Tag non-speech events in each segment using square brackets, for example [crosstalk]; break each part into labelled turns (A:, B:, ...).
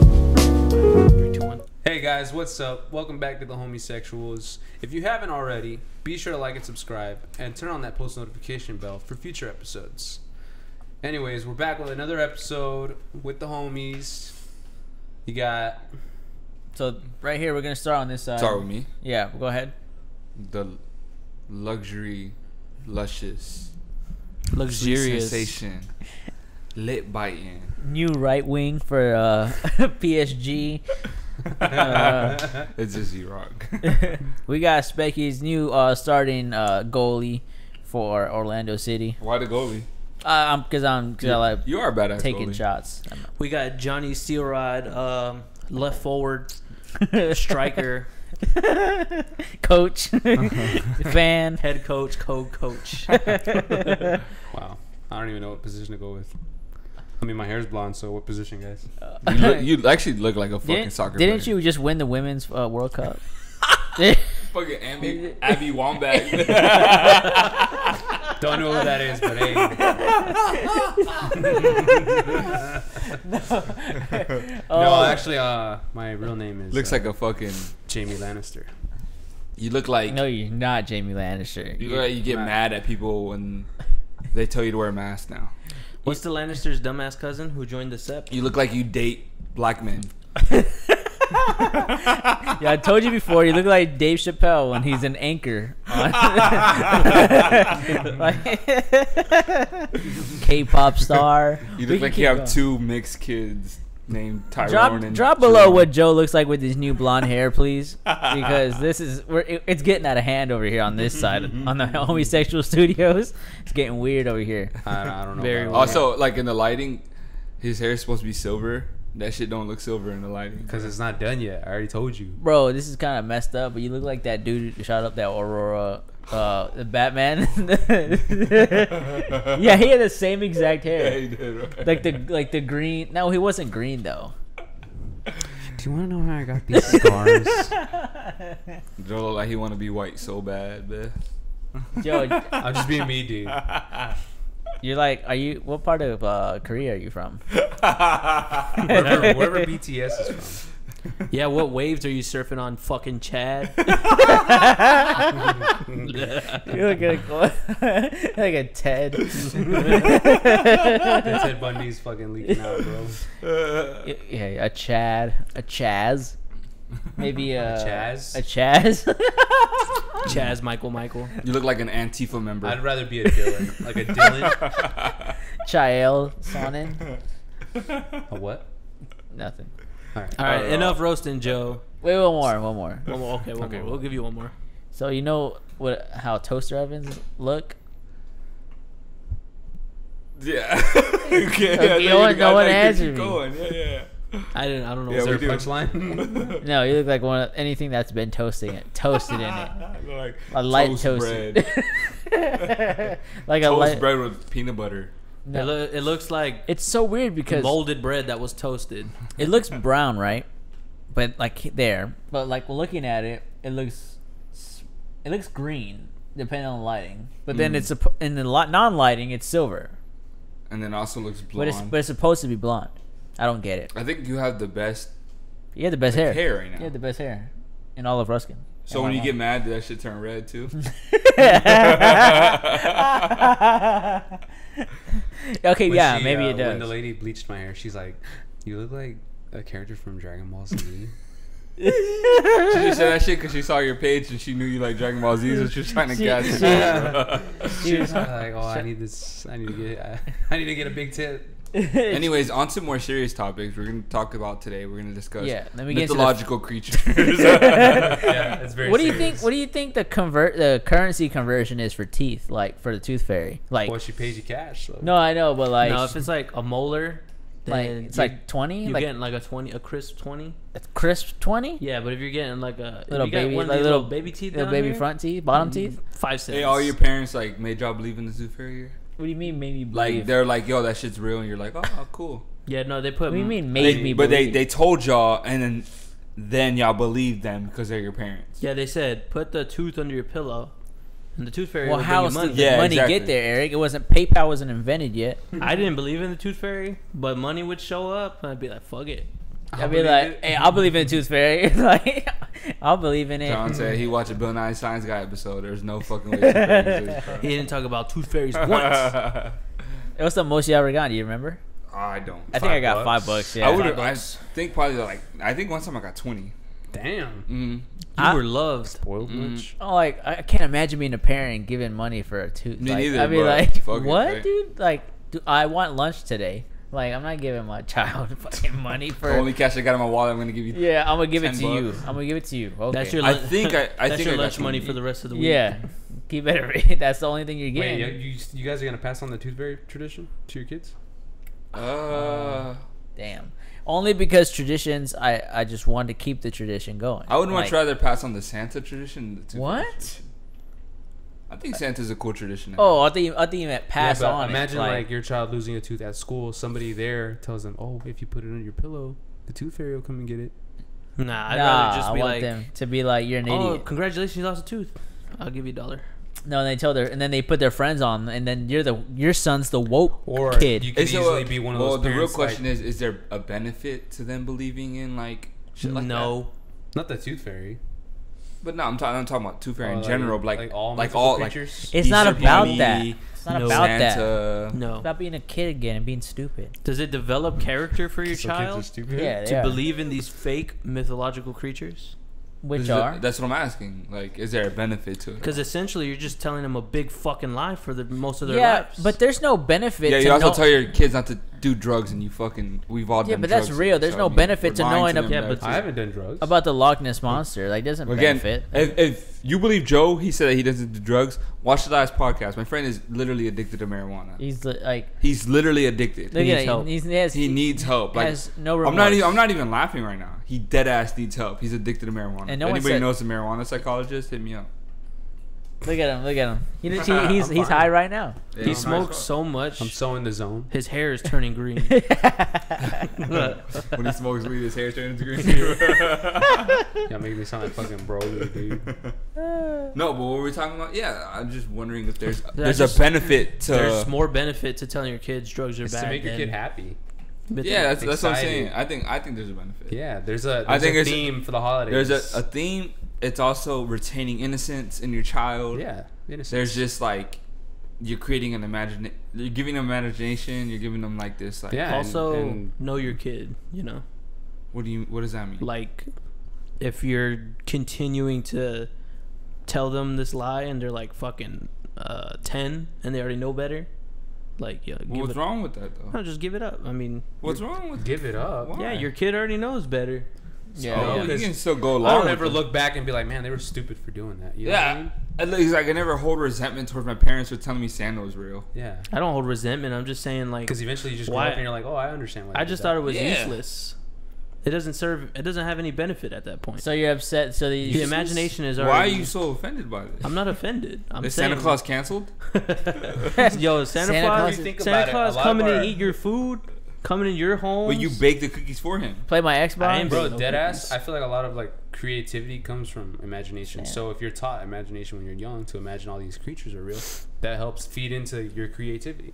A: Three, two, one. Hey guys, what's up? Welcome back to the Homosexuals. If you haven't already, be sure to like and subscribe and turn on that post notification bell for future episodes. Anyways, we're back with another episode with the homies. You got
B: So right here, we're gonna start on this side.
C: Start with me.
B: Yeah, go ahead.
C: The luxury, luscious, sweet
D: luxurious.
C: sensation, lit biting.
B: New right wing for uh, [laughs] PSG. Uh,
C: It's just you rock.
B: we got Specky's new uh, starting uh, goalie for Orlando City.
C: Why the goalie?
B: Uh, I'm because I'm because I like
C: You are a badass.
B: taking
C: goalie.
B: shots. I'm-
D: We got Johnny Steelrod, um, left forward striker,
B: [laughs] Coach, fan.
D: head coach, co coach.
A: wow. I don't even know what position to go with. I mean, my hair's blonde, so what position, guys?
C: You,
B: [laughs]
C: look, you actually look like a fucking
B: Didn't,
C: soccer.
B: didn't
C: player.
B: you just win the women's uh, World Cup?
C: [laughs] Fucking Abby, Abby [laughs] Wambach.
B: [laughs]
A: Don't know who that is, but hey.
B: Oh.
A: No, actually, uh, my real name is
C: Looks
A: uh,
C: like a fucking.
A: Jamie Lannister.
C: You look like
B: no, you're not Jamie Lannister.
C: you, look like you get
A: Right.
C: mad at people when they tell you to wear a mask now.
D: What's the Lannister's dumbass cousin who joined the SEP?
C: You look like you date
B: [laughs]
C: black men. [laughs]
B: Yeah, I told you before. You look like Dave Chappelle when he's an anchor on [laughs] K-pop star.
C: You
B: We
C: look
B: can
C: like
B: keep
C: you have
B: going.
C: two mixed kids named Tyrone
B: Drop,
C: and
B: drop below
C: Jordan.
B: what Joe looks like with his new blonde hair, please, because this is we're, it- it's getting out of hand over here on this side on
C: [laughs]
B: the homosexual studios. It's getting weird over here.
A: I, I
B: [laughs]
A: don't know.
D: Very
A: about-
D: well.
C: Also, like in the lighting, his hair is supposed to be silver. That shit don't look silver in the lighting.
A: Because it's not done yet. I already told you.
B: Bro, this is kind of messed up, but you look like that dude who shot up that Aurora, uh, the Batman. [laughs] yeah, he had the same exact
C: [laughs]
B: hair. [laughs] like the like the green. No, he wasn't green though.
A: Do you want to know how I got these scars?
C: Joe look like he want to be white so bad, man.
B: Joe,
A: [laughs] I'm just being me, dude.
B: you're like, are you? What part of uh, Korea are you from? [laughs]
A: Wherever, wherever BTS is from.
D: Yeah, what waves are you surfing on, fucking Chad?
B: [laughs]
D: [laughs]
B: You look like a, [laughs] like a Ted. [laughs]
A: That Ted Bundy's fucking leaking out, bro.
B: yeah, a Chad, a Chaz, maybe a,
A: Chaz?
B: a Chaz.
D: Chaz Michael Michael.
C: You look like an Antifa member.
A: I'd rather be a Dylan. Like a Dylan.
C: [laughs]
B: Chael Sonnen.
A: A what?
B: Nothing.
A: All right.
D: All right, enough roasting, Joe.
B: Wait, one more, one more.
D: One more, okay, one
C: Okay, one
D: more. Uh, Oh, We'll give you one more.
B: So you know what? How toaster ovens look?
C: yeah. [laughs] okay. I thought
B: no
C: were
B: one- no
C: the guy
B: one
C: that
B: answered
C: keep
B: me.
C: Going. Yeah, yeah.
D: I didn't. I don't know.
C: Yeah,
D: what's
C: we
A: Is
D: up.
C: do.
A: there a
C: [laughs]
A: punchline?
B: No, you look like one of anything that's been toasting it, toasted in it,
C: [laughs] like
B: a light
C: toast
B: toasted. [laughs]
C: bread.
B: like a
C: [laughs] toast
B: light.
C: bread with peanut butter.
D: it,
B: No.
D: loo- it looks like
B: It's so weird because
D: molded bread that was toasted.
B: it looks brown, right? But like there, but like looking at it, it looks s- it looks green depending on the lighting. But
C: Mm.
B: then it's suppo- in the li- non-lighting, it's silver,
C: And then also looks blonde.
B: but it's but it's supposed to be blonde. I don't get it.
C: I think you have the best
B: You had the best hair.
C: hair right now.
B: You had the best hair in all of Ruskin.
C: so when you get mad, did that shit turn red too?
B: [laughs] okay,
A: When
B: yeah,
A: she,
B: maybe
A: uh,
B: it does.
A: When the lady bleached my hair, she's like, "You look like a character from Dragon Ball
B: [laughs]
A: Z."
C: She just said that shit because she saw your page and she knew you like Dragon Ball Z, so she was trying to
B: She-
C: guess.
B: [laughs] she-
A: she was like, "Oh, I need this. I need to get. I, I need to get a big tip."
C: [laughs]
B: [laughs]
C: Anyways, on to more serious topics. We're gonna talk about today. We're gonna discuss
B: Yeah, let me get into the- [laughs]
C: mythological creatures. [laughs]
A: yeah, it's very.
B: what do you
A: serious.
B: think? What do you think the convert the currency conversion is for teeth? Like for the tooth fairy? Like
A: Well, she pays you cash. So.
B: no, I know, but like
D: Now, if it's like a molar,
B: like
D: then
B: it's
D: you-
B: like twenty,
D: you're
B: like
D: getting like a twenty, a crisp twenty.
B: crisp twenty.
D: Yeah, but if you're getting like a
B: Little
D: little you got
B: baby-
D: one of
B: like
D: these
B: little-
D: little, baby teeth,
B: The
D: down
B: baby
D: here,
B: front teeth, Mm-hmm. bottom teeth.
D: five cents.
C: hey, all your parents like made y'all believe in the zoo fairy?
B: What do you mean made me
C: Like
B: believe?
C: they're like, yo, that shit's real, and you're like, oh, cool.
D: yeah, no, they put.
B: what do you mean made
C: They,
B: me?
C: but they
B: believe?
C: they told y'all, and then then y'all believed them because they're your parents.
D: Yeah, they said put the tooth under your pillow, and the Tooth Fairy.
B: Well,
D: would
B: how else
D: bring you
C: [laughs]
D: money.
B: did
C: Yeah,
B: the money
C: exactly.
B: get there, Eric? It wasn't PayPal wasn't invented yet.
D: I didn't believe in the Tooth Fairy, but money would show up, and I'd be like, "Fuck it."
A: I
B: I'd be
A: believe
B: like,
A: it.
B: hey, I'll believe in Tooth [laughs] Fairy. like, I'll believe in it.
C: John said he watched a Bill Nye Science Guy episode. There's no fucking
B: [laughs]
C: way. Tooth Fairy exists, bro.
D: He didn't talk about Tooth
C: [laughs]
D: Fairies once.
B: It was the most you ever got. Do you remember?
C: I don't.
B: I think I
A: Five
B: got
A: bucks?
B: five bucks.
C: I would.
B: Yeah.
C: I think probably like. I think one time I got twenty.
A: damn.
C: Mm-hmm.
D: You
B: I-
D: were loved.
A: Spoiled bitch.
B: Oh, like I I can't imagine being a parent and giving money for a tooth.
C: Me
B: like,
C: neither,
B: I'd be
C: but
B: like,
C: fuck it,
B: what,
C: right?
B: dude? Like, do I want lunch today. Like, I'm not giving my [laughs] child fucking money for.
C: The only cash I got in my wallet, I'm gonna give you.
B: yeah, I'm gonna give it
C: 10
B: to you.
C: bucks.
B: I'm gonna give it to you. Okay.
D: That's your.
C: I
D: lun-
C: think I- I
D: [laughs] that's
C: think
D: your
C: I got
D: lunch money
C: you.
D: for the rest of the week.
B: yeah. [laughs] Keep it read. [laughs] That's the only thing you're
A: Wait,
B: getting.
A: you, you, you guys are gonna pass on the tooth fairy tradition to your kids?
C: Uh,
B: Damn. Only because traditions, I I just wanted to keep the tradition going.
C: I would much
B: Like,
C: rather pass on the Santa tradition. than The Tooth Fairy
B: What?
C: tradition. I think Santa's a cool tradition.
B: Oh, I think I think you meant pass
A: Yeah, but
B: on. it,
A: Imagine like, your child losing a tooth at school. Somebody there tells them, "Oh, if you put it under your pillow, the tooth fairy will come and get it."
D: Nah, I'd
B: nah,
D: rather just
B: I
D: be
B: want
D: like,
B: them to be like you're an
D: "Oh,
B: idiot.
D: congratulations, you lost a tooth. I'll give you a dollar."
B: No, and they tell their and then they put their friends on, and then you're the your son's the woke
A: Or
B: kid.
A: you could
C: Is there
A: easily
C: a-
A: be one of
C: well,
A: those.
C: the real
A: parents, like-
C: question is: Is there a benefit to them believing in like shit like that?
D: no,
A: not the tooth fairy.
C: But no, I'm talking. I'm talking about Tooth Fairy
A: or,
C: in general. Like, like all, like
A: mythical
C: all, like
A: creatures.
B: it's not
C: Easter
B: about
C: Bunny,
B: that. It's not
D: No.
B: about that.
C: Santa.
B: It's
D: no.
B: about being a kid again and being stupid.
D: Does it develop character for your
A: So
D: child
A: kids are stupid.
B: Yeah,
D: to believe in these fake mythological creatures?
B: which
C: Is it-
B: are
C: that's what I'm asking. Like, is there a benefit to it?
D: Because essentially, you're just telling them a big fucking lie for the most of their
B: yeah,
D: lives.
B: but there's no benefit.
C: Yeah,
B: to
C: you also
B: know-
C: tell your kids not to do drugs, and you fucking we've all
B: Yeah,
C: done
B: but that's
C: drugs,
B: real. There's
C: so,
B: no
C: I mean,
B: benefit
C: we're
B: to
C: lying
B: knowing
C: them
B: ab-
D: Yeah, but
C: that-
A: I haven't done drugs.
B: about the Loch Ness monster. Like doesn't
C: again,
B: benefit.
C: if, if you believe Joe, he said that he doesn't do drugs. Watch the last podcast. My friend is literally addicted to marijuana.
B: He's li- like
C: He's literally addicted.
B: look
D: needs
B: at him.
D: help.
B: He's, yes,
C: He needs help. Like,
B: has no
C: I'm not.
B: remorse.
C: Even, I'm not even laughing right now. He dead ass needs help. He's addicted to marijuana.
B: And no
C: if
B: one
C: anybody
B: said-
C: knows a marijuana psychologist, hit me up.
B: Look at him. Look at him. He, he, he's
A: I'm
B: he's
A: fine.
B: high right now. [laughs]
C: Yeah,
D: he
C: I'm
D: smokes
C: [laughs] high
D: so much,
A: I'm so in the zone.
D: his hair is
A: [laughs]
D: turning green.
C: as fuck. when he smokes weed, his hair turns green.
B: [laughs]
A: Y'all make me sound like fucking [laughs] Broly, dude.
C: no, but what were we talking about? Yeah, I'm just wondering if there's there's
D: just-
C: a benefit to
A: uh,
D: There's more benefit to telling your kids drugs are
A: It's
D: bad.
A: to make your
D: than
A: kid happy.
D: myth-
C: Yeah, that's, that's what I'm
A: Exciting.
C: saying. I think I think there's a benefit.
A: Yeah, there's a. There's
C: I think
A: a
C: it's-
A: theme for the holidays.
C: There's a, a theme. It's also retaining innocence in your child.
A: yeah. innocence.
C: There's just like you're creating an imagine. You're giving them imagination. You're giving them like this. Like
A: Yeah.
D: Also,
A: and-
D: know your kid. You know,
C: What do you? What does that mean?
D: like if you're continuing to tell them this lie and they're like fucking uh, ten and they already know better, like yeah, give
C: What's
D: it,
C: wrong with that though?
D: No, just give it up. I mean,
C: What's wrong with?
A: give it up.
C: Why?
D: yeah, your kid already knows better.
B: Yeah.
C: Oh,
A: Yeah.
C: you can still go
A: I
C: along.
A: don't ever
C: with it.
A: look back and be like, man, they were stupid for doing that. You know what I
C: Yeah,
A: mean?
C: at least I can never hold resentment towards my parents for telling me Santa was real.
A: Yeah.
D: I don't hold resentment. I'm just saying like
A: Because eventually you just grow
D: Why-
A: up and you're like, oh, I understand why.
D: I
A: they
D: just
A: did
D: thought
A: that.
D: it was
C: Yeah.
D: useless. It doesn't serve. It doesn't have any benefit at that point.
B: So you're upset. So that you
D: the imagination is
C: Why
D: already.
C: are you so offended by this?
D: I'm not offended. I'm
C: is
D: saying,
C: Santa Claus canceled?
D: [laughs] Yo, Santa,
B: Santa Claus-
D: Claus.
A: You think about
D: Santa
A: it, a
D: Claus
A: lot
D: coming
A: of our-
D: to eat your food, coming in your home.
C: But you baked the cookies for him.
B: play my Xbox.
D: I am
A: Bro,
D: No
A: dead ass.
D: cookies.
A: I feel like a lot of like creativity comes from imagination.
B: Yeah.
A: So if you're taught imagination when you're young to imagine all these creatures are real, that helps feed into your creativity.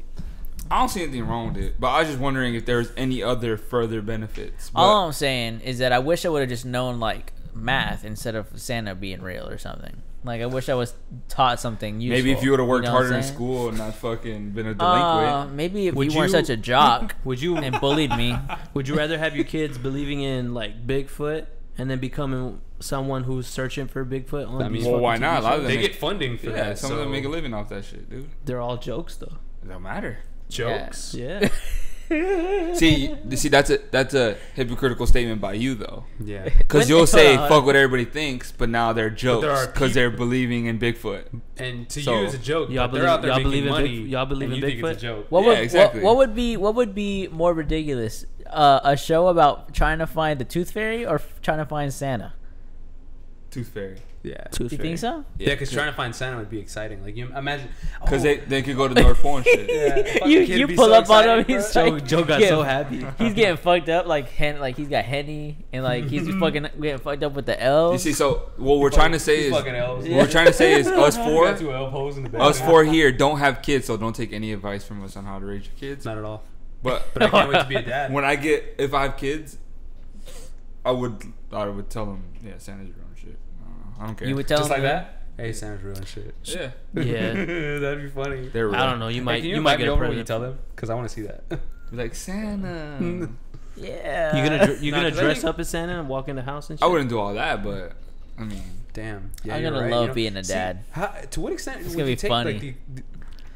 C: I don't see anything wrong with it, but I was just wondering if there's any other further benefits. But
B: All I'm saying is that I wish I would have just known like math instead of Santa being real or something. Like I wish I was taught something useful.
C: maybe if you would have worked
B: know what I'm
C: harder in
B: saying?
C: school and not fucking been a
B: Uh,
C: delinquent.
B: maybe if
D: Would
B: you, weren't
D: you-
B: such a
C: [laughs]
B: jock
D: Would you
B: and bullied me.
D: would you rather have your kids believing in like Bigfoot and then becoming someone who's searching for Bigfoot on
A: I
D: these
A: mean,
C: well,
D: fucking
C: why
D: TV
C: not? A lot of
D: shows?
C: them
A: They
C: make-
A: get funding for
C: yeah,
A: that.
C: some
A: so
C: of them make a living off that shit, dude.
D: They're all jokes though.
C: It don't matter.
A: jokes.
B: [laughs]
D: Yeah.
C: [laughs] See, see, that's a that's a hypocritical statement by you though,
A: Yeah.
C: because
B: When- [laughs]
C: you'll
B: hold
C: say
B: on, hold
C: fuck what everybody thinks, but now they're
A: there
C: jokes
A: are
C: because they're believing in Bigfoot.
A: And to
C: So-
A: you it's a joke,
D: Y'all
A: but they're
D: believe-
A: out there
D: y'all
A: making
D: believe in
A: money.
D: Big- y'all believe
A: and
D: in
A: you think it's
D: Bigfoot?
A: a joke.
B: What
C: Yeah,
B: would what-
C: exactly.
B: what, would be what would be more ridiculous? Uh, a show about trying to find the Tooth Fairy or f- trying to find Santa?
C: Tooth Fairy.
A: Yeah.
D: Tooth
B: You
D: Fairy.
B: think so?
A: Yeah, because trying to find Santa would be exciting. Like you imagine,
C: Because
A: oh,
C: they, they could
B: [laughs]
C: go to the North Pole and shit.
A: Yeah, fucking
B: you
A: kid
B: you
A: be
B: pull
A: so
B: up on
A: excited,
B: him. He's
A: bro.
B: like,
D: Joe got
B: yeah,
D: so happy.
B: [laughs] He's getting fucked up, like hen, like he's got henny, and like he's just fucking getting fucked up with the
C: You
B: L.
C: see, so what we're trying to say
A: These
C: is
A: fucking
C: what
A: elves.
B: Yeah.
A: We
C: we're trying to say
B: [laughs]
C: is us
A: got
C: four,
A: two elf holes in the back.
C: us four here don't have kids, so don't take any advice from us on how to raise your kids.
A: Not at all.
C: But
A: But I can't wait to be a dad.
C: when I get if I have kids, I would I would tell them yeah Santa's your own shit. I don't know. I don't care.
B: You would tell
A: Just
B: him
A: like that. Hey, Santa's real and shit.
C: yeah,
B: [laughs]
D: yeah.
A: that'd be funny.
C: they're
D: I don't know. You might
A: hey, can
D: you,
A: you, invite
D: might get
A: me
D: a
A: over when you
D: present.
A: tell them? Because I want to see that.
C: like Santa.
B: Yeah. [laughs]
D: You gonna dr- you
A: Nah,
D: gonna
A: 'cause I
D: dress
A: think-
D: up as Santa and walk in the
A: Oh.
D: house and shit?
C: I wouldn't do all that, but I mean,
A: Damn.
B: I'm
A: you're
B: gonna
A: right,
B: love
A: know?
B: being a
A: See,
B: dad.
A: how, to what extent would
B: gonna
A: you
B: be
A: take
B: funny.
A: like the, the,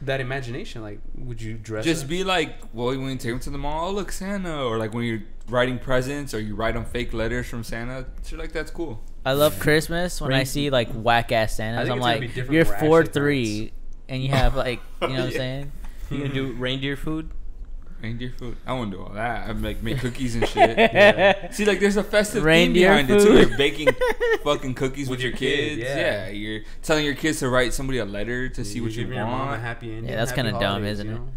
A: that imagination? Like, would you dress?
C: just
A: up?
C: be like, well, when you take them to the mall, oh, look Santa, or like when you're writing presents or you write them fake letters from Santa, shit like that's cool.
B: I love Christmas when I
A: Rain-
B: see like whack ass Santas.
A: think
B: I'm
A: it's gonna be
B: like,
A: different
B: you're
A: when we're
B: four
A: actually
B: three, and you have like, you know what I'm
C: Yeah.
B: saying?
D: You gonna do reindeer food?
A: [laughs]
C: Reindeer food. I wouldn't do all that. I'd like make cookies and
B: [laughs]
C: shit. See, like there's a festive
B: Reindeer
C: theme behind it too.
B: food. [laughs]
C: You're baking fucking cookies with, your kids.
A: yeah.
C: yeah. you're telling your kids to write somebody a letter to see
A: You're
C: what you
A: giving your mom a
C: want.
A: happy ending.
B: Yeah, that's
A: happy
B: kinda dumb,
A: holidays,
B: isn't
A: you
B: it?
A: know?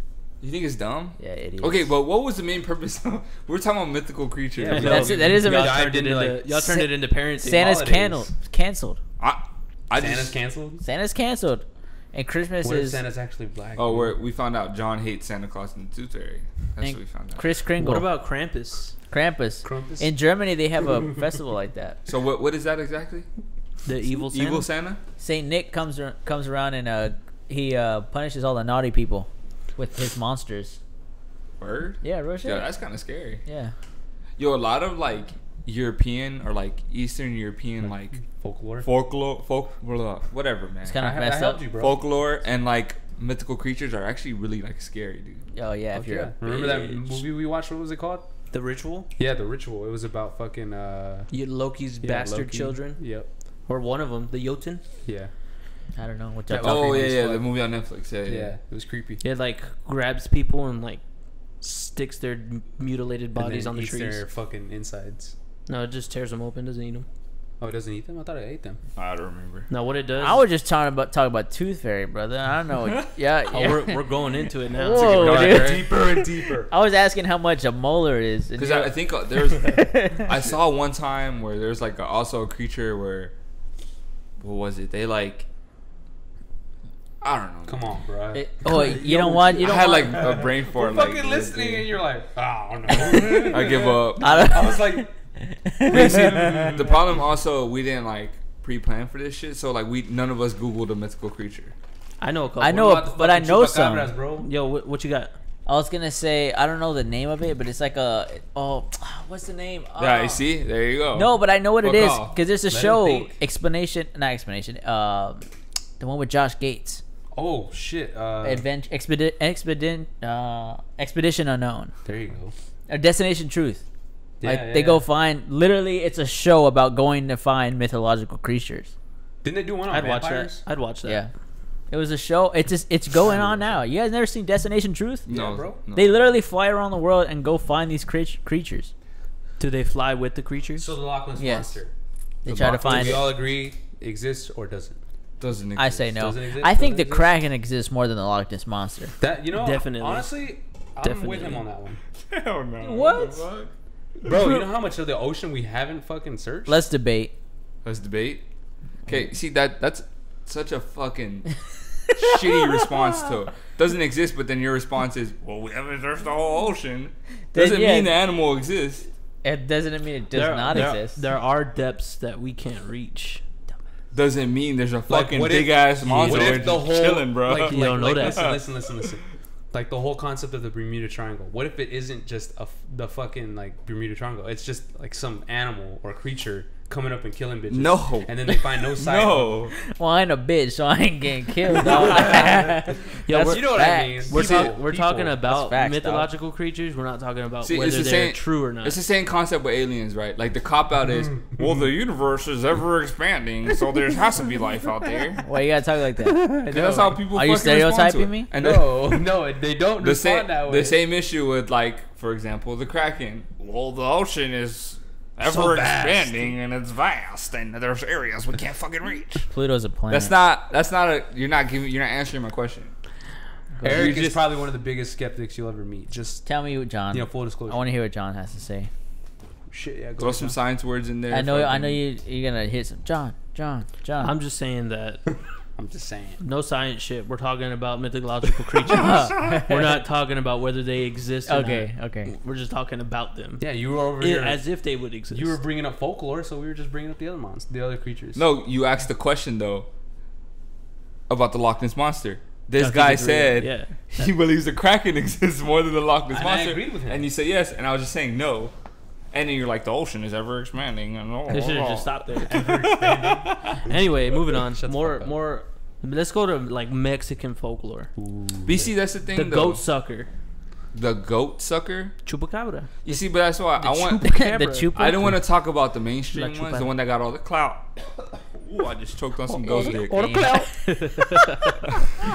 C: You think it's dumb?
B: Yeah, it is.
C: Okay, but what was the main purpose? of [laughs] We're talking about mythical creatures.
A: Yeah,
C: you
A: but
C: know?
B: that's it. That is a
D: Y'all
A: I
D: turned it
A: didn't
D: into
A: like-
D: y'all turned
B: Sa-
D: it into parenting.
B: Santa's
A: holidays.
B: canceled. Canceled.
C: I, I
A: Santa's
C: just.
A: canceled.
B: Santa's canceled, and Christmas
A: What if
B: is
A: Santa's actually black?
C: Oh, we're, we found out John hates Santa Claus and the Tooth Fairy. That's
B: And
C: what we found out.
B: Chris Kringle,
D: What about Krampus?
B: Krampus.
A: Krampus?
B: In Germany, they have a festival like that.
C: So what? What is that exactly? [laughs]
D: The evil Santa.
C: Evil Santa?
B: Saint Nick comes ar- comes around and uh, he uh, punishes all the naughty people with his monsters.
C: Bird?
B: Yeah, real
C: Yeah,
B: shit.
C: that's kind of scary.
B: Yeah.
C: Yo, a lot of like European or like Eastern European like
A: folklore.
C: folklore, folk, whatever, man.
B: kinda
A: I, I
B: messed
A: helped
B: up.
A: you, bro.
C: folklore and like mythical creatures are actually really like scary, dude.
B: Oh yeah.
A: Fuck
B: If you're
A: yeah.
B: a
A: Remember that
B: bitch.
A: movie we watched? What was it called?
D: The ritual.
A: Yeah, The Ritual. It was about fucking uh,
D: You Loki's
A: yeah,
D: bastard
A: Loki.
D: children,
A: Yep.
D: or one of them, the Jotun.
A: Yeah.
B: I don't know what
D: That
B: y'all
C: Oh
B: talking
C: yeah,
B: about.
C: yeah, the movie on Netflix. Yeah,
A: Yeah.
C: yeah.
A: It was creepy.
D: It like grabs people and like sticks their m- mutilated
A: And
D: bodies
A: then
D: on the
A: eats
D: trees.
A: Their fucking insides.
D: No, it just tears them open, doesn't eat them.
A: Oh, it doesn't eat them. I thought it ate them.
C: I don't remember.
D: No, what it does?
B: I was just talking about talking about Tooth Fairy, brother. I don't know. What, yeah,
D: Oh,
B: yeah.
C: [laughs]
D: we're, we're going into it now.
B: Whoa,
C: dark,
B: dude.
C: right?
A: Deeper and deeper.
B: [laughs] I was asking how much a molar is. and
C: Because
B: you-
C: I, I think uh, there's,
B: [laughs]
C: I saw one time where there's like a, also a creature where, what was it? They like, I don't know.
A: [laughs] Come on, bro.
B: It- oh, you don't want. You
C: I
B: don't
C: had like
B: want,
C: a brain fart.
A: We're
C: like,
A: fucking
C: this,
A: listening,
C: dude.
A: and you're like, oh [laughs] no.
C: I give
B: [laughs]
C: up.
B: I don't.
A: I was
B: [laughs]
A: like,
C: Basically, the problem also we didn't like pre-plan for this shit, so like we none of us googled a mythical creature.
D: I know a couple.
B: I know
A: what about
B: a-
A: the
B: but I
A: fucking
B: know some.
A: chupacabras, bro.
D: Yo, what, what you got?
B: I was gonna say I don't know the name of it, but it's like a oh, what's the name? Oh.
C: Yeah, you see, there you go.
B: No, but I know what it
C: Fuck
B: is
C: off.
B: because there's
A: Oh.
B: a
A: Let him
B: show
A: think.
B: explanation, not explanation. Um, the one with Josh Gates,
A: Oh shit. Uh,
B: Adventure Expedi- Expedin uh, Expedition Unknown,
A: there you go.
B: or Destination Truth.
A: Yeah,
B: like
A: yeah,
B: they go
A: yeah.
B: find. Literally, it's a show about going to find mythological creatures.
A: Didn't they do one on
D: I'd watch
A: vampires?
D: that. I'd watch that.
B: Yeah, it was a show. It's just it's going on now. You guys never seen Destination Truth?
C: no,
A: Yeah, bro.
C: no.
B: They literally fly around the world and go find these creat- creatures.
D: Do they fly with the creatures?
A: So the Loch Ness
B: Yes.
A: monster.
B: They
C: The
B: try to
C: Loch Ness
B: find.
A: we
B: it.
A: all agree exists or doesn't.
C: doesn't. Exist.
B: I say no.
A: Does it exist?
B: I think
A: Does
B: the
A: it exist?
B: Kraken exists more than the Loch Ness monster.
A: That you know,
D: Definitely.
A: Honestly, I'm with
D: Definitely.
A: him on that one,
C: Hell no.
B: What?
A: bro. you know how much of the ocean we haven't fucking searched?
B: Let's debate.
C: Let's debate. Okay, see that that's such a
B: [laughs]
C: fucking shitty response to doesn't exist, but then your response is, well, we haven't searched the whole ocean.
B: Then,
C: Doesn't
B: yeah.
C: mean the animal exists.
B: It doesn't mean it does
D: There-
B: not
D: there-
B: exist.
D: There are depths that we can't reach.
C: Doesn't mean there's a
A: Like,
C: fucking
A: what if-
C: big ass monster
A: What
C: there
A: if the
C: just
A: whole
C: chilling, bro. [laughs]
A: Like,
D: You
A: like-
D: don't know
A: like,
D: that.
A: Listen, listen, listen, listen. Like the whole concept of the Bermuda Triangle. What if it isn't just a f- the fucking like Bermuda Triangle? It's just like some animal or creature coming up and killing bitches.
C: No.
A: and then they find
C: [laughs]
A: no sign.
C: no,
B: well, I ain't a bitch, so I ain't getting
C: [laughs]
B: killed. Dog.
D: Yo,
B: That's
D: we're-
A: you know what I mean.
B: facts.
D: We're,
C: See,
D: talk- we're
A: people.
D: talking about
B: facts, dog.
D: mythological creatures. We're not talking about
C: See, it's
D: whether
C: the
D: they're
C: same-
D: true or
B: [laughs]
D: not.
C: it's the same concept with aliens, right? Like the cop out is,
A: Mm-hmm.
C: well, the universe is ever expanding, so there has to be life out
B: [laughs]
C: there.
B: Why you gotta talk like
C: [laughs]
B: that?
C: And that's how people.
B: Are you
C: fucking respond to
B: stereotyping
C: it.
B: me?
C: And then-
A: No, [laughs] no, they don't
C: the
A: respond
C: same
A: that way.
C: the same issue with like for example the kraken well the ocean is ever
A: vast.
C: expanding and it's vast and there's areas we can't fucking reach.
B: Pluto's a planet.
C: That's not. That's not a. You're not giving. You're not answering my question.
A: Eric
C: You
A: is
C: just-
A: probably one of the biggest skeptics you'll ever meet. Just
B: Tell me, what John.
A: you know, full disclosure.
B: I want to hear what John has to say.
A: Shit, yeah. Go
C: Throw
A: ahead,
C: some
A: John.
C: science words in there.
B: I know. I
C: fucking-
B: know you. You're gonna hit some. John. John. John.
D: I'm just saying that
A: I'm just saying.
D: no science shit. We're talking about mythological creatures. We're not talking about whether they exist. Or
B: okay. Okay.
D: not. We're just talking about them
A: Yeah, you were over
D: I-
A: here.
D: as if they would exist.
A: you were bringing up folklore, so we were just bringing up the other monsters, the other creatures.
C: No, you asked the question though about the Loch Ness monster. This
D: I think
C: guy
D: it's real.
C: said
D: Yeah.
C: he [laughs] believes the Kraken exists more than the Loch Ness
A: And I
C: monster.
A: agreed with him.
C: And you said yes, and I was just saying no. And then you're like, the ocean is ever expanding. And all,
D: They should have just stopped there. [laughs] anyway, moving on. more, more. Let's go to like Mexican folklore.
C: BC, that's the thing.
D: The
C: though.
D: goat sucker,
C: the goat sucker.
D: chupacabra.
C: You see, but that's why I want.
B: [laughs]
D: chupa-
B: the
D: Chupacabra.
B: chupa.
C: I don't want to talk about the mainstream
D: La
C: ones,
D: chupada.
C: the one that got all the clout. Ooh, I just choked on
D: Oh,
C: some ghost dick.
B: You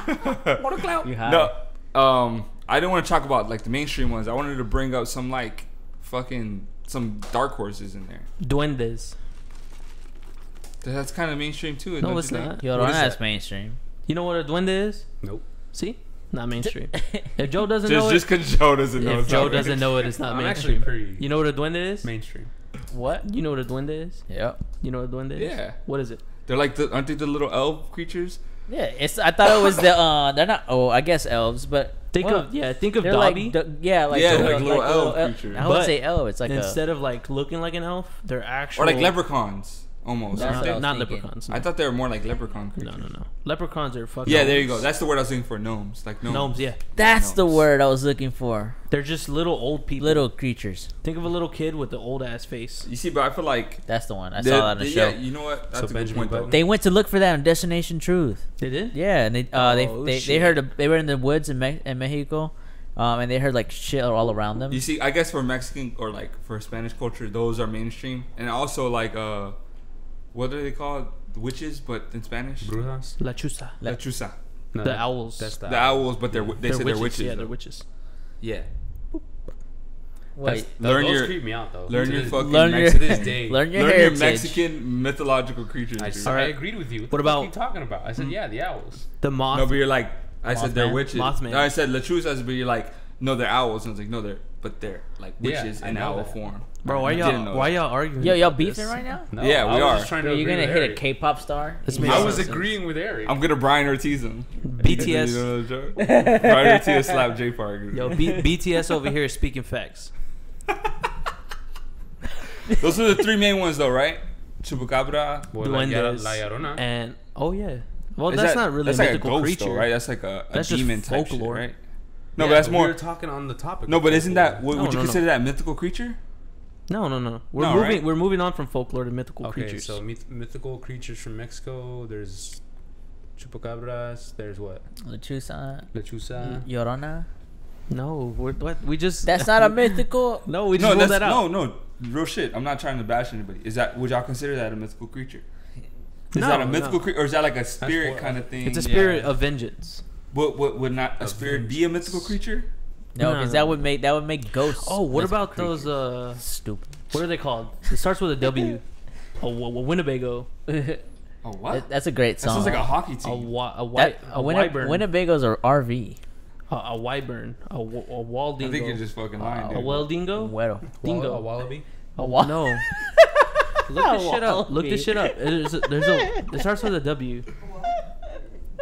B: high.
C: No, um, I didn't want to talk about like the mainstream ones. I wanted to bring up some like fucking some dark horses in there.
D: duendes.
C: Th- That's kind of mainstream too.
D: No,
C: don't
D: it's
C: you think?
D: not.
B: Yo,
C: What
B: don't
C: is
B: ask mainstream.
D: You know what a duende is?
A: Nope.
D: See, not mainstream. if Joe doesn't
C: Just
D: know it,
C: just because Joe doesn't know.
D: if
C: it's
D: Joe
C: not
D: doesn't know it, it's not
A: I'm actually
D: mainstream.
A: pretty
D: You know what a duende is?
A: mainstream.
B: What?
D: You know what a duende is?
B: Yep.
D: You know what a duende is?
C: Yeah.
D: What is it?
C: They're like the aren't they the little elf creatures?
B: Yeah. It's. I thought it was the. Uh. They're not. Oh, I guess elves, but
D: Think
B: well,
D: of yeah. Think of
B: They're
D: Dobby.
B: like. The, yeah. Like.
C: Yeah,
B: the-
C: like little elf
B: el-
C: creatures.
B: I would
D: But
B: say elf. It's like a.
D: Instead of like looking like an elf, they're actual.
C: Or like leprechauns almost.
B: That's what I
C: aren't
D: Not,
C: they?
B: was
D: not
B: thinking.
D: leprechauns. No.
C: I thought they were more like leprechaun
D: no,
C: creatures.
D: no, no. Leprechauns are fucking.
C: Yeah, there you go. That's the word I was looking for. Gnomes, like gnomes.
D: gnomes. Yeah,
B: That's the
C: Gnomes.
B: word I was looking for.
D: they're just little old people.
B: Little creatures.
D: Think of a little kid with an old ass face.
C: You see, but I feel like
B: That's the one. I
C: the-
B: saw that on the
C: the-
B: show.
C: yeah, you know what? That's a good
A: Benjamin
C: point though.
A: Button.
B: They went to look for that on Destination Truth.
D: Did it?
B: Yeah, and they uh, they,
D: Oh,
B: they, they
D: shit.
B: heard a, they were in the woods in, Me- in Mexico, um, and they heard like shit all around them.
C: You see, I guess for Mexican or like for Spanish culture, those are mainstream, and also like uh, what are they called? Witches, but in Spanish,
A: Brujas.
D: La Chusa.
C: la chusa.
A: No,
D: The owls.
A: That's the,
C: The owls, but they're they
D: They're
C: said
D: witches.
C: they're witches.
D: Yeah,
C: though.
D: they're witches.
A: Yeah.
B: Wait,
C: Learn
A: Those
C: your-
A: creep me out though.
C: Learn
A: To
C: your
A: this-
C: fucking
B: learn your-
C: Mexican.
A: to this day.
B: learn your
C: Learn your
B: heritage.
C: Mexican mythological creatures.
A: I,
C: dude.
A: I
D: Alright.
A: agreed with you. What,
D: What
A: the fuck
D: about- Hmm.
A: are you talking about? I said yeah, the owls.
D: The moth.
C: No, but you're like, I said they're
B: Mothman?
C: witches.
D: Mothman.
C: No, I said la chusas, but you're like, no, they're owls. And I was like, no, they're but they're like
A: Yeah,
C: witches
A: I
C: in
A: know
C: owl
A: that.
C: form.
D: Bro, why
C: I didn't know
D: y'all why
C: that.
D: y'all arguing?
B: yo, y'all
D: about
B: beefing
D: this?
B: right now?
A: No,
C: Yeah, we
A: I
C: are.
A: Was just trying to
B: Yo, you're
A: agree
B: gonna
A: with
B: hit a
A: Eric.
B: K-pop star?
D: This
A: I
D: makes
A: was
D: sense.
A: agreeing with Eric.
C: I'm gonna Brian Ortiz him. [laughs] You
D: BTS.
C: know the joke? Brian Ortiz slapped J Park.
D: Yo, B-
C: [laughs]
D: BTS over here is speaking facts.
C: Those are the three main ones, though, right? Chupacabra.
A: Well, La Llor-
D: Duendes
A: La Llorona.
D: and oh yeah, well
C: Is
D: that's
C: that-
D: not really
C: that's
D: a
C: like
D: mythical
C: ghost,
D: creature,
C: Though, right? That's like a, a
D: That's just
C: demon type shit,
D: folklore.
C: right? No,
A: Yeah,
C: but that's more.
A: We were talking on the topic.
C: no,
A: of
C: but isn't
A: folklore.
C: that would,
D: No,
C: would you
D: no, no.
C: consider that a mythical creature?
D: No, no, no. We're
C: No,
D: moving.
C: right?
D: We're moving on from folklore to mythical
A: okay?
D: creatures.
A: So myth- mythical creatures from Mexico. There's chupacabras. There's what?
B: Lechusa,
D: Hmm.
A: Lechusa.
B: Yorona.
D: no, we're, what we just.
B: That's not
D: [laughs]
B: a mythical.
D: No, we just
C: No,
D: ruled
C: that's
D: that
C: no,
D: out.
C: no. Real shit. I'm not trying to bash anybody. Is that would y'all consider that a mythical creature? Is
D: No,
C: that a mythical
D: no.
C: creature, or is that like a spirit
A: what-
C: kind of thing?
D: It's a
A: Yeah.
D: spirit of vengeance.
C: Would, would, would not a spirit be a mythical creature?
B: No,
D: No,
B: because
D: no,
B: that
D: no.
B: would make that would make ghosts.
D: Oh, what
B: mythical
D: about those?
B: creatures.
D: Uh,
B: Stupid.
D: what are they called? It starts with a W. A, w- a Winnebago, [laughs]
B: That-
C: Oh what? That,
B: That's a great song.
C: sounds like a hockey team.
D: uh, a wi- a wi-
B: That-
D: a
B: Winne-
D: wyvern,
B: Winnebago's are RV.
D: a, a wyvern, a, w- a
C: I
D: waldingo,
C: think you're just fucking lying,
D: a
C: dude.
D: weldingo.
B: Weddle.
D: Dingo.
A: Wall- a wallaby.
B: A wa-
D: No, look this
B: A
D: shit up. Look this
B: wallaby.
D: shit up. There's a, there's a. It starts with a W.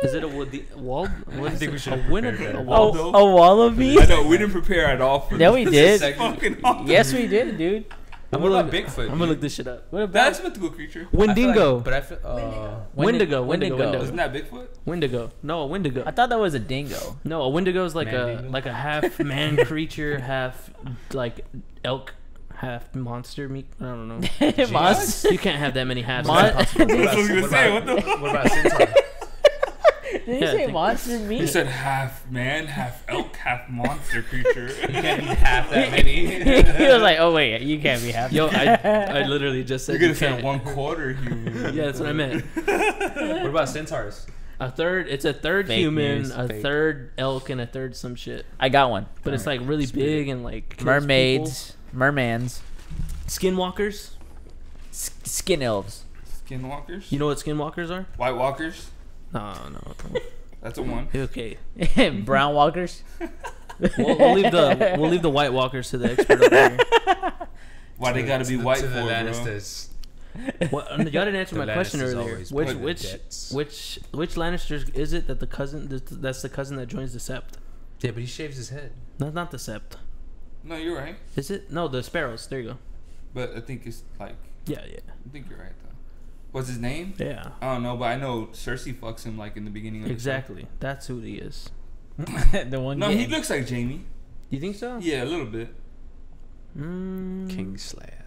D: Is it a wald? wald what
A: I
D: is
A: think
D: it?
A: we should
D: a
A: have
D: win-
A: prepared
D: a
A: that.
D: wald-
B: Oh, a wallaby?
C: I know we didn't prepare at all for
B: No,
C: this.
B: we
C: This
B: did.
C: is fucking
B: [laughs]
C: awesome.
B: Yes, we did, dude.
A: What
D: gonna
A: about
D: look-
A: Bigfoot?
D: I'm gonna look this shit up.
B: What about
C: That's a mythical creature.
A: I feel like-
D: Wendigo.
A: But I feel. Uh,
D: Wendigo, Wendigo,
C: Isn't
A: [laughs]
C: that Bigfoot?
D: Wendigo. No, a Wendigo.
B: I thought that was a dingo. [laughs]
D: no, a Wendigo is like
A: Mandingo?
D: a like a half man creature, half like elk, half monster. Me, I don't know.
B: Monst-
D: You can't have that many halves.
B: Mon-
A: what
C: That's
A: about-
C: what I was gonna
A: what
C: say,
A: about-
C: what the
A: What about centaur?
B: [laughs] Did you
D: Yeah, I
B: say
D: think-
B: monster meat?
C: You said half man, half elk, half monster creature.
A: [laughs] You can't eat half that
B: [laughs] he
C: [laughs]
A: many.
B: was like, "Oh wait, you can't be happy."
D: Yo, I I literally just said
C: You're gonna
D: you
C: say
D: can't.
C: one quarter
A: [laughs]
C: human.
D: Yeah, that's what I meant.
A: what about centaurs?
D: A third. It's a third
B: Fake
D: human,
B: news,
D: a
A: fake.
D: third elk, and a third some shit.
B: I got one.
D: But it's like really big and like kills people.
B: Mermaids, mermans.
D: Skinwalkers.
B: S- skin elves. [laughs]
C: Skinwalkers?
D: You know what skinwalkers are?
C: White Walkers?
D: No, no. no.
C: That's a one.
D: [laughs] Okay,
B: Brown walkers.
D: we'll, we'll leave the we'll leave the White Walkers to the expert over here. [laughs]
C: Why they gotta be
A: To the-
C: white
A: to
C: for,
A: the
C: bro?
A: Lannisters.
D: What, y'all didn't answer
A: The
D: my question
A: Lannisters
D: earlier.
A: always
D: Which
A: play the
D: which
A: Jets.
D: which which Lannisters is it that the cousin that- that's the cousin that joins the Sept?
A: Yeah, but he shaves his head.
D: Not not the Sept.
C: No, you're right.
D: Is it? No, the Sparrows. There you go.
C: But I think it's like,
D: Yeah, yeah,
C: I think you're right though. What's his name?
D: yeah.
C: I don't know, but I know Cersei fucks him like in the beginning of the show.
D: Exactly. That's who
A: [laughs]
D: he is.
B: the one.
C: No,
B: game.
C: he looks like Jamie.
D: You think so?
C: Yeah, a little bit.
D: Mm.
A: Kingslayer.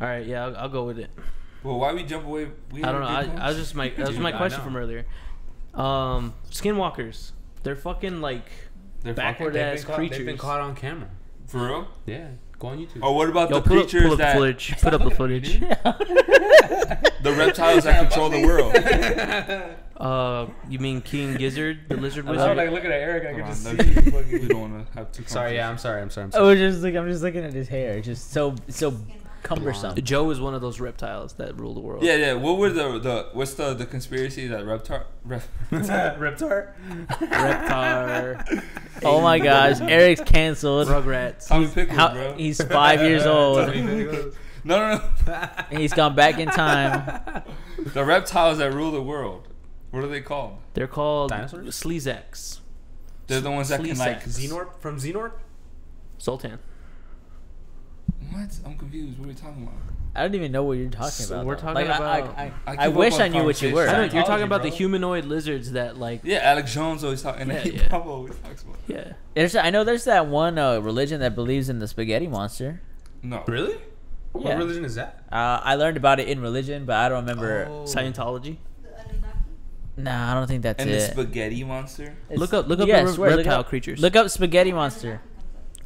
D: All right. Yeah, I'll, I'll go with it.
C: Well, why we jump away? We
D: I don't know. I,
C: did
D: I was just my that was
A: Dude,
D: my
A: I
D: question
A: know.
D: from earlier. Um, skinwalkers. They're fucking like
C: They're
D: backward
C: fucking-
D: ass
A: They've been, caught, they've been
D: creatures.
A: caught on camera.
C: For real?
A: Yeah, go on YouTube.
C: Oh, what about
D: Yo,
C: the
D: pull up,
C: creatures
D: pull up the
C: that
D: footage. Put up the footage.
C: the reptiles that control the
A: [laughs]
C: world?
D: Uh, you mean King Gizzard, the
A: [laughs]
D: lizard
A: I was
D: wizard?
A: like looking at Eric. I
C: Hold
A: could
C: on,
A: just
C: let
A: see.
C: me-
A: you fucking-
C: we don't want to have two.
A: Sorry, yeah, I'm sorry. I'm
D: [laughs]
A: sorry. I'm
B: I
A: [laughs] sorry.
B: was just like, I'm just looking at his hair. It's just so so cumbersome.
D: Joe is one of those reptiles that rule the world.
C: Yeah, yeah. What were the the what's the the conspiracy that reptar?
D: [laughs]
C: Rep-
A: Reptar.
D: Reptar,
B: Oh my gosh, Eric's canceled.
D: Rugrats.
C: Tommy Pickles,
B: How-
C: bro.
B: he's five
A: [laughs]
B: years
D: Oh.
B: old.
C: Tommy Pickles. No, no, no.
B: He's gone back in time.
C: The reptiles that rule the world. What are they called?
D: They're called
A: Dinosaurs?
D: Sleazaks.
C: They're the ones that can like.
D: Sleazaks.
A: Xenorp from Xenorp.
D: Zoltan.
C: What? I'm confused. What are we talking about?
B: I don't even know what you're talking
D: So
B: about.
D: we're
B: though.
D: talking
B: Like, I-
D: about-
B: I, I,
C: I
B: I
C: keep up
B: wish
C: on
B: I knew what you were.
C: conversation.
D: I know you're
A: Scientology,
D: talking about the
A: bro.
D: humanoid lizards that like.
C: Yeah, Alex Jones always talks, and
D: Yeah,
C: he [laughs]
D: yeah.
C: probably always talks about. it.
D: Yeah.
B: There's, I know there's that one uh, religion that believes in the spaghetti monster.
C: No.
A: Really? What
B: Yeah.
A: religion is that?
B: Uh, I learned about it in religion, but I don't remember.
D: Oh. Scientology.
E: The Anunnaki?
B: Nah, I don't think that's
C: And the
B: it.
C: spaghetti monster.
B: It's-
D: Look up- look up
B: yeah, I
D: the re-
B: swear, look
D: reptile
B: up-
D: creatures.
B: Look up spaghetti monster.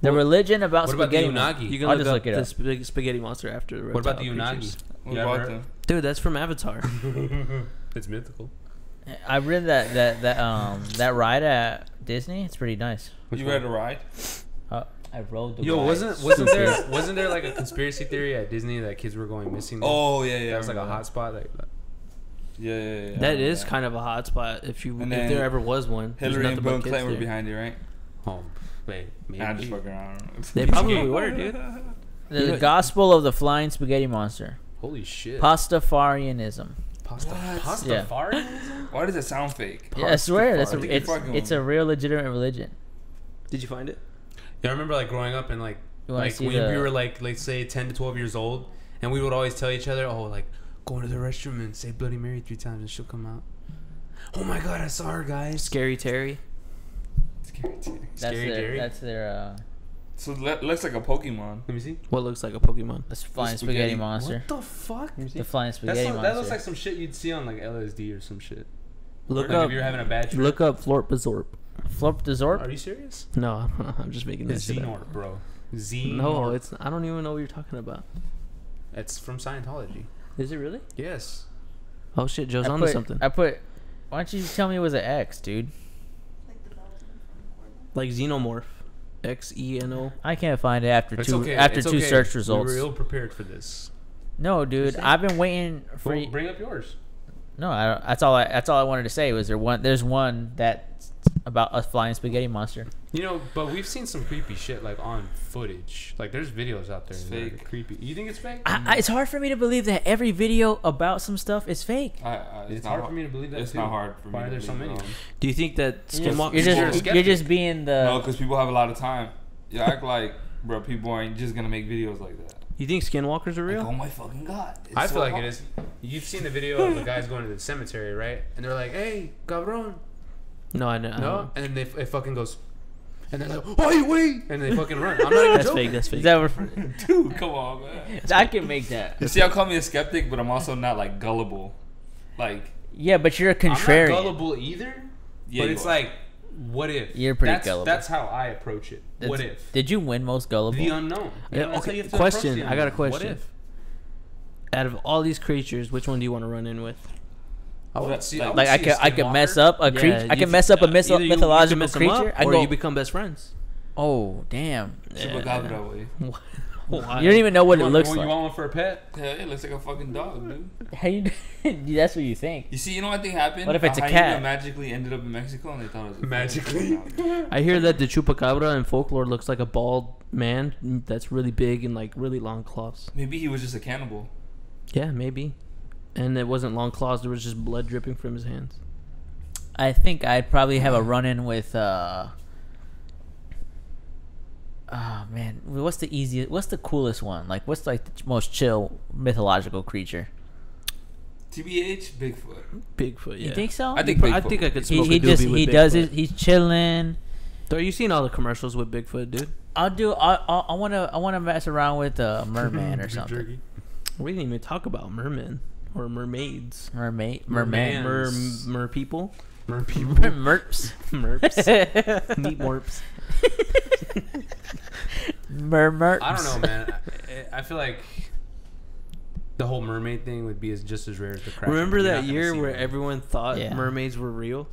B: The religion about
A: What about the
B: spaghetti
A: Unagi?
D: You can
B: I'll
D: look
B: just
D: up
B: look it
D: the
B: up.
D: sp- spaghetti monster after the
A: What about the
D: reptile creatures.
A: Unagi?
C: What
A: You
C: about
A: ever-
C: them?
D: Dude, that's
A: [laughs]
D: from Avatar.
A: it's mythical.
B: monster. I read that that that um that ride at Disney. It's pretty nice.
A: Which
C: you
A: one? Mm-hmm.
C: ready to ride?
B: Uh, I rolled the.
A: Yo,
B: ride.
A: wasn't wasn't there
B: Stupid.
D: [laughs]
A: wasn't there like a conspiracy theory at Disney that kids were going missing?
C: Oh yeah, yeah.
A: that was like a
C: remember
A: hot spot. Like,
C: that. Yeah, yeah, yeah.
D: That is kind of a hot spot if you
C: And
D: if
C: then
D: there ever was one. There's
C: Hillary and
D: nothing
C: Bill
D: but kids
C: Clinton were
D: there.
C: behind it, right?
A: oh, wait, maybe.
C: Nah, I'm just fucking around. [laughs]
D: They probably were, dude.
B: the
D: You know-
B: gospel of the flying spaghetti monster?
A: Holy shit!
B: Pastafarianism.
A: pasta,
C: What?
A: pasta
B: Yeah.
C: Why does it sound fake?
B: Yeah, I swear, that's a,
C: Pastafari.
B: it's
C: Fucking-
B: it's a real legitimate religion.
D: Did you find it?
A: Yeah, I remember like growing up and like
B: You wanna
A: like
B: see
A: when we
B: the-
A: were like let's say ten to twelve years old, and we would always tell each other, oh like go to the restroom and say Bloody Mary three times and she'll come out. Oh my god, I saw her, guys.
D: Scary Terry.
C: Scary too.
B: That's
A: Scary
B: their
A: dairy?
B: that's their uh,
C: So that looks like a Pokemon.
A: Let me see.
D: What looks like a Pokemon.
B: this flying
C: spaghetti-
B: spaghetti, monster.
A: What the fuck?
B: The flying
A: That's
B: spaghetti
A: some-
B: monster.
A: that looks like some shit you'd see on like LSD or some shit.
D: Look
A: like
D: up.
A: if you're having a bad trip.
D: Look up Florpazorp.
B: Florpdazorp?
A: Are you serious?
D: No, [laughs] I'm just making this
A: It's
D: shit up.
A: Xenorp, bro. Xenorp.
D: No, it's. I don't even know what you're talking about.
A: It's from Scientology.
D: Is it really?
A: Yes.
D: Oh shit, Joe's
B: I
D: onto
B: put-
D: something.
B: I put. Why don't you tell me it was an X, dude?
E: Like the Belgian from Corvo?
D: like xenomorph. X E N O.
B: I can't find it after
A: It's
B: two
A: okay.
B: after
A: it's
B: two
A: okay.
B: search results.
A: We were ill prepared for this.
B: No, dude,
A: saying?
B: I've been waiting for.
A: Well,
B: y-
A: bring up yours.
B: no, I don't, that's all. I, that's all I wanted to say was there one. There's one that's about a flying spaghetti monster.
A: You know, but we've seen some creepy shit like on footage. Like there's videos out there
C: It's
A: that are
C: fake.
A: creepy. You think it's fake?
B: I, I, it's hard for me to believe that every video about some stuff is fake.
C: I, I,
A: it's hard for me to believe that.
C: It's
A: too.
C: not hard for me.
A: Why
C: to
A: are there so
C: believe
A: many?
C: it,
D: Do you think that
B: You're just,
D: skinwalkers?
B: you're
C: You're a
B: just,
A: skeptic.
B: you're just being the.
C: No, because people have a lot of time. You
D: [laughs]
C: act like, bro, people aren't just gonna make videos like that.
D: you think skinwalkers are
C: Like, oh
D: real?
C: my fucking god! it's
A: I
C: so
A: feel like
C: hot.
A: it is. You've seen the video of the guys going to the cemetery, right? And they're like, "Hey, cabron,"
D: No, I
B: Uh-huh.
D: know.
A: no, and they it fucking goes, and they're like, "Wait, wait!" and they fucking run. I'm not even
D: That's
A: joking.
D: fake. That's
B: is
D: fake.
B: that what-
C: Dude, [laughs] come on, man.
B: [laughs] I can make that.
C: You see, I call me a skeptic, but I'm also not like gullible. Like,
B: Yeah, but you're a contrarian.
A: I'm not gullible either.
C: yeah,
A: but
C: you
A: it's
C: are.
A: like, what if?
B: You're pretty
A: that's,
B: gullible.
A: That's how I approach it.
B: That's-
A: what if?
B: Did you win most gullible?
A: The unknown.
D: Yeah,
A: that's how
D: okay,
A: you have to approach
D: question.
A: the
D: I got a
A: unknown.
D: question.
A: What if?
D: Out of all these creatures, which one do you want to run in with?
A: I would
C: Like-
A: see, I would
B: like I
A: see
B: could
A: a
B: I could mess
A: skinwalker.
B: up a creature. I could
D: uh,
B: mess up a myth- mythological creature. I
D: or
B: go. [laughs]
D: you become best friends.
B: oh damn!
C: Chupacabra, way.
D: What? [laughs] Why?
B: You don't even know what
A: you
B: it
A: want,
B: looks
A: you want,
B: like.
A: You want one for a pet?
C: Yeah, it looks like a fucking dog, dude.
B: How [laughs] you? that's what you think.
C: You see, you know what thing happened?
B: What if it's a
C: hyena
B: cat?
C: magically ended up in Mexico and they thought it was a
A: Magically.
D: I hear that the chupacabra in folklore looks like a bald man that's really big and like really long claws.
C: [laughs] Maybe he was just a cannibal.
D: Yeah, maybe. And it wasn't long claws; there was just blood dripping from his hands.
B: I think I'd probably have a run in with. uh Oh man, what's the easiest? What's the coolest one? Like, what's like the most chill mythological creature?
C: TBH, Bigfoot.
D: Bigfoot. Yeah.
B: You think so?
C: I think
D: But I
C: Bigfoot.
D: think I could
B: he,
D: smoke
B: he
D: a doobie
B: just
D: with
B: he does
D: Bigfoot.
B: it. He's chilling.
D: Are you seeing all the commercials with Bigfoot, dude?
B: I'll do. I I I want to I want to mess around with [laughs] a merman or
A: Beef
B: something.
A: jerky.
D: We didn't even talk about mermen or mermaids.
B: Mermaid. Merman.
D: Mer,
A: Mermans.
D: mer people. [laughs]
A: Mer people.
B: [laughs] Merps.
D: Merps. Meat morps.
B: Mermerps.
A: I don't know, man. I, I feel like the whole mermaid thing would be as, just as rare as the crash.
D: Remember
A: You're not
D: that
A: gonna
D: year
A: see
D: where
A: one.
D: everyone thought
B: Yeah.
D: mermaids were real?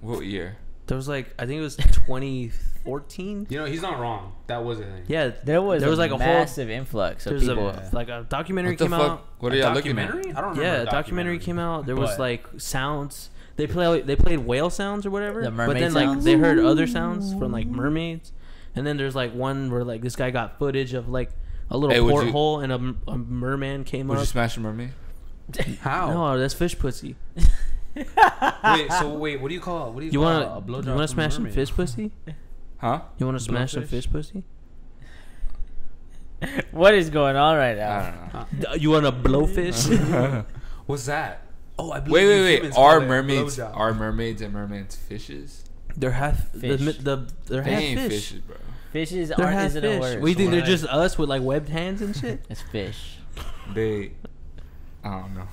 C: What year?
D: There was like I think
B: [laughs]
D: it was 2014.
A: you know he's not wrong. That was a thing.
D: Yeah,
B: There was
D: There was,
B: a
D: like, a whole-
B: massive influx of
D: there's
B: people.
D: a like a documentary
C: What the
D: came
C: fuck?
D: out.
C: What are
A: A
C: y'all looking at?
A: documentary? I don't remember.
D: Yeah,
A: a
D: a documentary came out. There was
A: But-
D: like sounds. They play they played whale sounds or whatever.
B: The
D: but
B: mermaid
D: then like
B: sounds?
D: they heard other sounds from like mermaids, and then there's like one where like this guy got footage of like a little
C: Hey, would you-
D: porthole and a, m- a merman came
C: Would you
D: up.
C: smash a mermaid?
A: How?
D: No, that's fish pussy.
A: [laughs] Wait. So wait. What do you call? What do you,
D: You
A: call
D: wanna
A: a blowjob?
D: you wanna
A: from a
D: smash some
A: mermaid?
D: fish pussy?
C: Huh?
D: You wanna smash some
A: Blowfish?
D: fish pussy?
B: what is going on right
C: I
B: now?
C: don't know.
D: D- You wanna blowfish?
A: What's that? Oh, I
C: [laughs] Wait,
A: believe you
C: wait, wait.
A: humans
C: Are
A: call it
C: mermaids
A: blowjob.
C: are mermaids and mermaids fishes?
D: [laughs] they're half
B: Fish.
D: The, the they're
C: They
D: half
C: ain't
D: fish.
C: fishes, bro.
B: Fishes
D: They're
B: aren't
D: half
B: isn't a
D: fish.
B: word.
D: What do you think? They're
A: Right.
D: just us with like webbed hands and shit.
B: It's fish.
C: They. I don't know.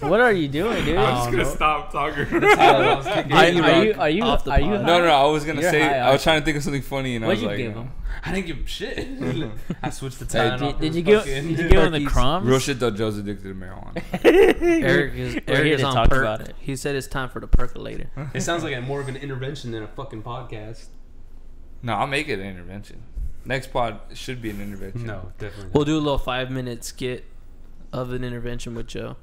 B: What are you doing,
C: [laughs]
B: dude?
A: I'm just
B: Oh,
A: gonna
B: no.
C: stop talking.
A: I
C: [laughs]
A: was thinking-
B: Are,
D: Hey,
B: you-
D: Rock,
B: are you? Are you?
D: off the
B: Are you?
D: pod.
C: No, no, no. I was gonna
B: You're
C: say.
B: high,
C: I was
B: aren't
C: trying to think of something funny, and
B: What'd
C: I
B: you
C: was like,
B: give
C: no.
B: him?
A: [laughs] I didn't give a shit. [laughs] I switched the
C: Hey,
A: time.
C: did-
B: Did, did you give? Did you give him the
D: Buc-ee's.
B: crumbs?
C: real shit though. Joe's addicted
B: [laughs]
C: to marijuana.
D: Eric
B: [laughs]
D: is
B: We're here
D: Eric is
B: to
D: on
B: talk
D: perk.
B: about it.
D: He said it's time for the percolator.
A: [laughs] It sounds like a, more of an intervention than a fucking podcast.
C: no, I'll make it an intervention. Next pod should be an intervention.
A: No, definitely.
D: We'll do a little five minute skit of an intervention with Joe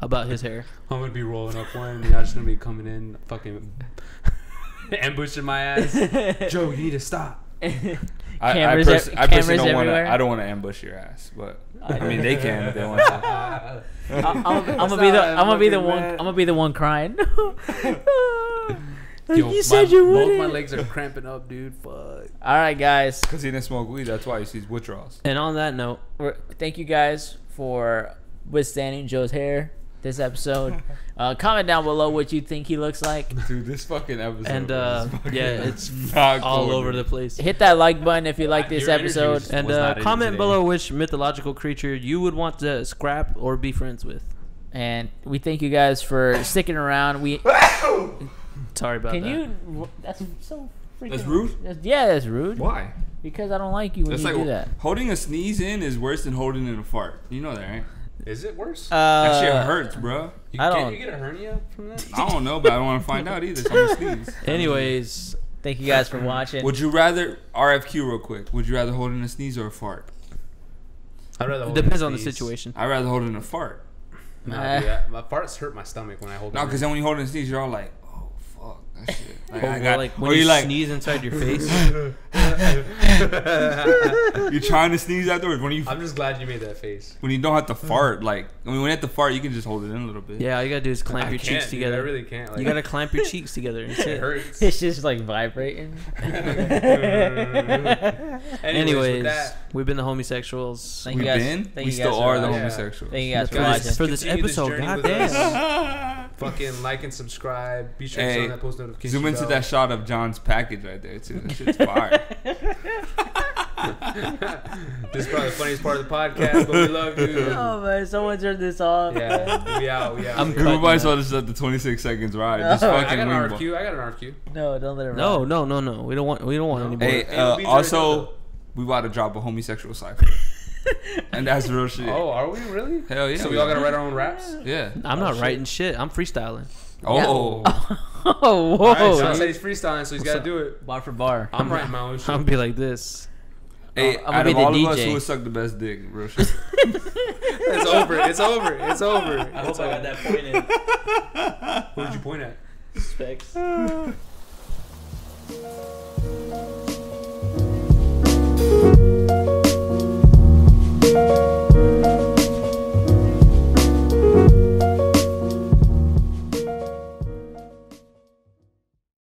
D: about his hair.
A: I'm gonna be rolling up one, and y'all just gonna be coming in,
B: [laughs]
A: fucking ambushing my ass.
D: [laughs]
A: Joe, you need to stop.
C: I,
B: Cameras
C: I, pers-
B: ev-
C: I personally
B: cameras
C: don't want
B: everywhere?
C: to. I don't want to ambush your ass, but
B: I
C: I, mean they can if
A: [laughs]
C: they want to.
A: I,
B: I'm, I'm gonna be the. I'm gonna be the one. I'm gonna be the one crying. [laughs] you said you
A: Both
B: wouldn't.
A: my legs are cramping up, dude. Fuck.
B: All right, guys.
C: Cause he didn't smoke weed. That's why he sees
D: [laughs]
C: withdrawals.
D: And on that note,
B: We're, thank you guys for withstanding Joe's hair this episode. Uh, comment down below what you think he looks like.
C: Dude, this fucking episode.
D: And, uh,
C: is fucking
D: yeah, [laughs] it's
C: not
D: all
C: cool,
D: over
C: dude.
D: the place.
B: Hit that like button if you like this
A: Your energy
B: episode.
A: was-
D: And
A: Was not
D: uh,
A: in it
D: comment
A: today.
D: below which mythological creature you would want to scrap or be friends with.
B: And we thank you guys for sticking around. We
D: Sorry about
B: can
D: that.
B: you. That's so freaking.
C: [laughs] That's rude?
B: that's- yeah, that's rude.
C: Why?
B: Because I don't like you when
C: That's
B: you
C: like
B: do that.
C: holding a sneeze in is worse than holding in a fart. You know that, right?
A: Is it worse?
B: Uh,
C: That shit hurts, bro.
A: you,
B: I
A: Can't
B: don't-
A: you get a hernia from that?
C: I don't know, but I don't want to find out either. So I'm gonna sneeze.
D: Anyways,
B: Thank you guys for watching. [laughs]
C: Would you rather RFQ real quick? Would you rather hold in a sneeze or a fart?
A: I'd rather hold
D: depends
A: it
D: on the
A: in peace.
D: situation.
C: I'd rather hold in a fart.
A: Nah,
B: Nah.
A: dude, I- my farts hurt my stomach when I hold.
C: No,
A: them
C: because
A: in.
C: then when you hold in a sneeze, you're all like, oh fuck, that shit. Like, I
D: Or,
C: got,
D: Oh, like
C: or
D: when you
C: you like
D: sneeze inside your face.
C: you're trying to sneeze afterwards. When you
A: I'm just glad you made that face.
C: when you don't have to
B: Mm.
C: fart, like I mean, when you have to fart, you can just hold it in a little bit.
D: yeah, all you gotta do is clamp
A: I
D: your
A: can't,
D: cheeks
A: dude,
D: together.
A: I really can't. Like,
D: you gotta clamp your cheeks together.
A: [laughs]
D: And
A: It
D: sit.
A: hurts.
B: It's just like
C: [laughs]
B: vibrating.
D: Anyways,
A: with that,
D: we've been the homosexuals.
B: Thank
C: We've
B: you guys.
C: been,
B: Thank
C: we
B: you guys
C: still
B: for
C: are the
B: watching.
C: homosexuals.
B: Thank you guys
C: [laughs]
B: for
D: Guys,
B: watching.
D: for this
A: continue this
D: episode,
A: journey with
D: goddamn.
A: fucking like and subscribe. Be sure to
C: Hey,
A: turn on that post notification.
C: Zoom into
A: bell. [laughs]
C: that shot of John's package right there too. That
B: [laughs]
C: shit's fire.
A: This is probably the funniest part of the podcast, but we love
D: [laughs]
A: you.
B: Oh man, someone turned this off.
A: Yeah, we out. We out.
D: I'm
A: we
C: we
A: out.
D: cutting
C: might as
D: that.
C: well just let uh, the 26 seconds ride. Just
B: No, Oh, I
A: I
C: fucking
A: got an
C: wing ball.
A: RFQ. I got an RFQ.
B: No, don't let it.
D: No,
B: run.
D: no, no, no. We don't want. We don't want any more.
C: Hey,
A: It'll
C: uh,
A: be
C: also,
A: Jared
C: we about to drop a
B: [laughs]
C: homosexual cipher, and that's real shit.
A: Oh, are we really?
C: Hell yeah!
A: So we all gotta write our own raps.
C: Yeah.
D: I'm
A: Oh,
D: not
A: shit.
D: writing shit. I'm freestyling.
C: Oh.
B: Oh, [laughs] whoa.
A: All right, Sean said he's freestyling, so he's gotta do it.
D: [laughs]
B: bar for bar.
A: I'm writing my own shit.
D: I'm be like this.
C: Hey,
B: I'm
C: I'm
B: gonna
C: out
B: be
C: of
B: the
C: all of us,
B: DJ.
C: who would suck the best dick?
B: [laughs]
C: Real shit.
A: It's over. It's over. It's over.
D: I hope I got that point in.
A: Who would you point at?
D: Specs.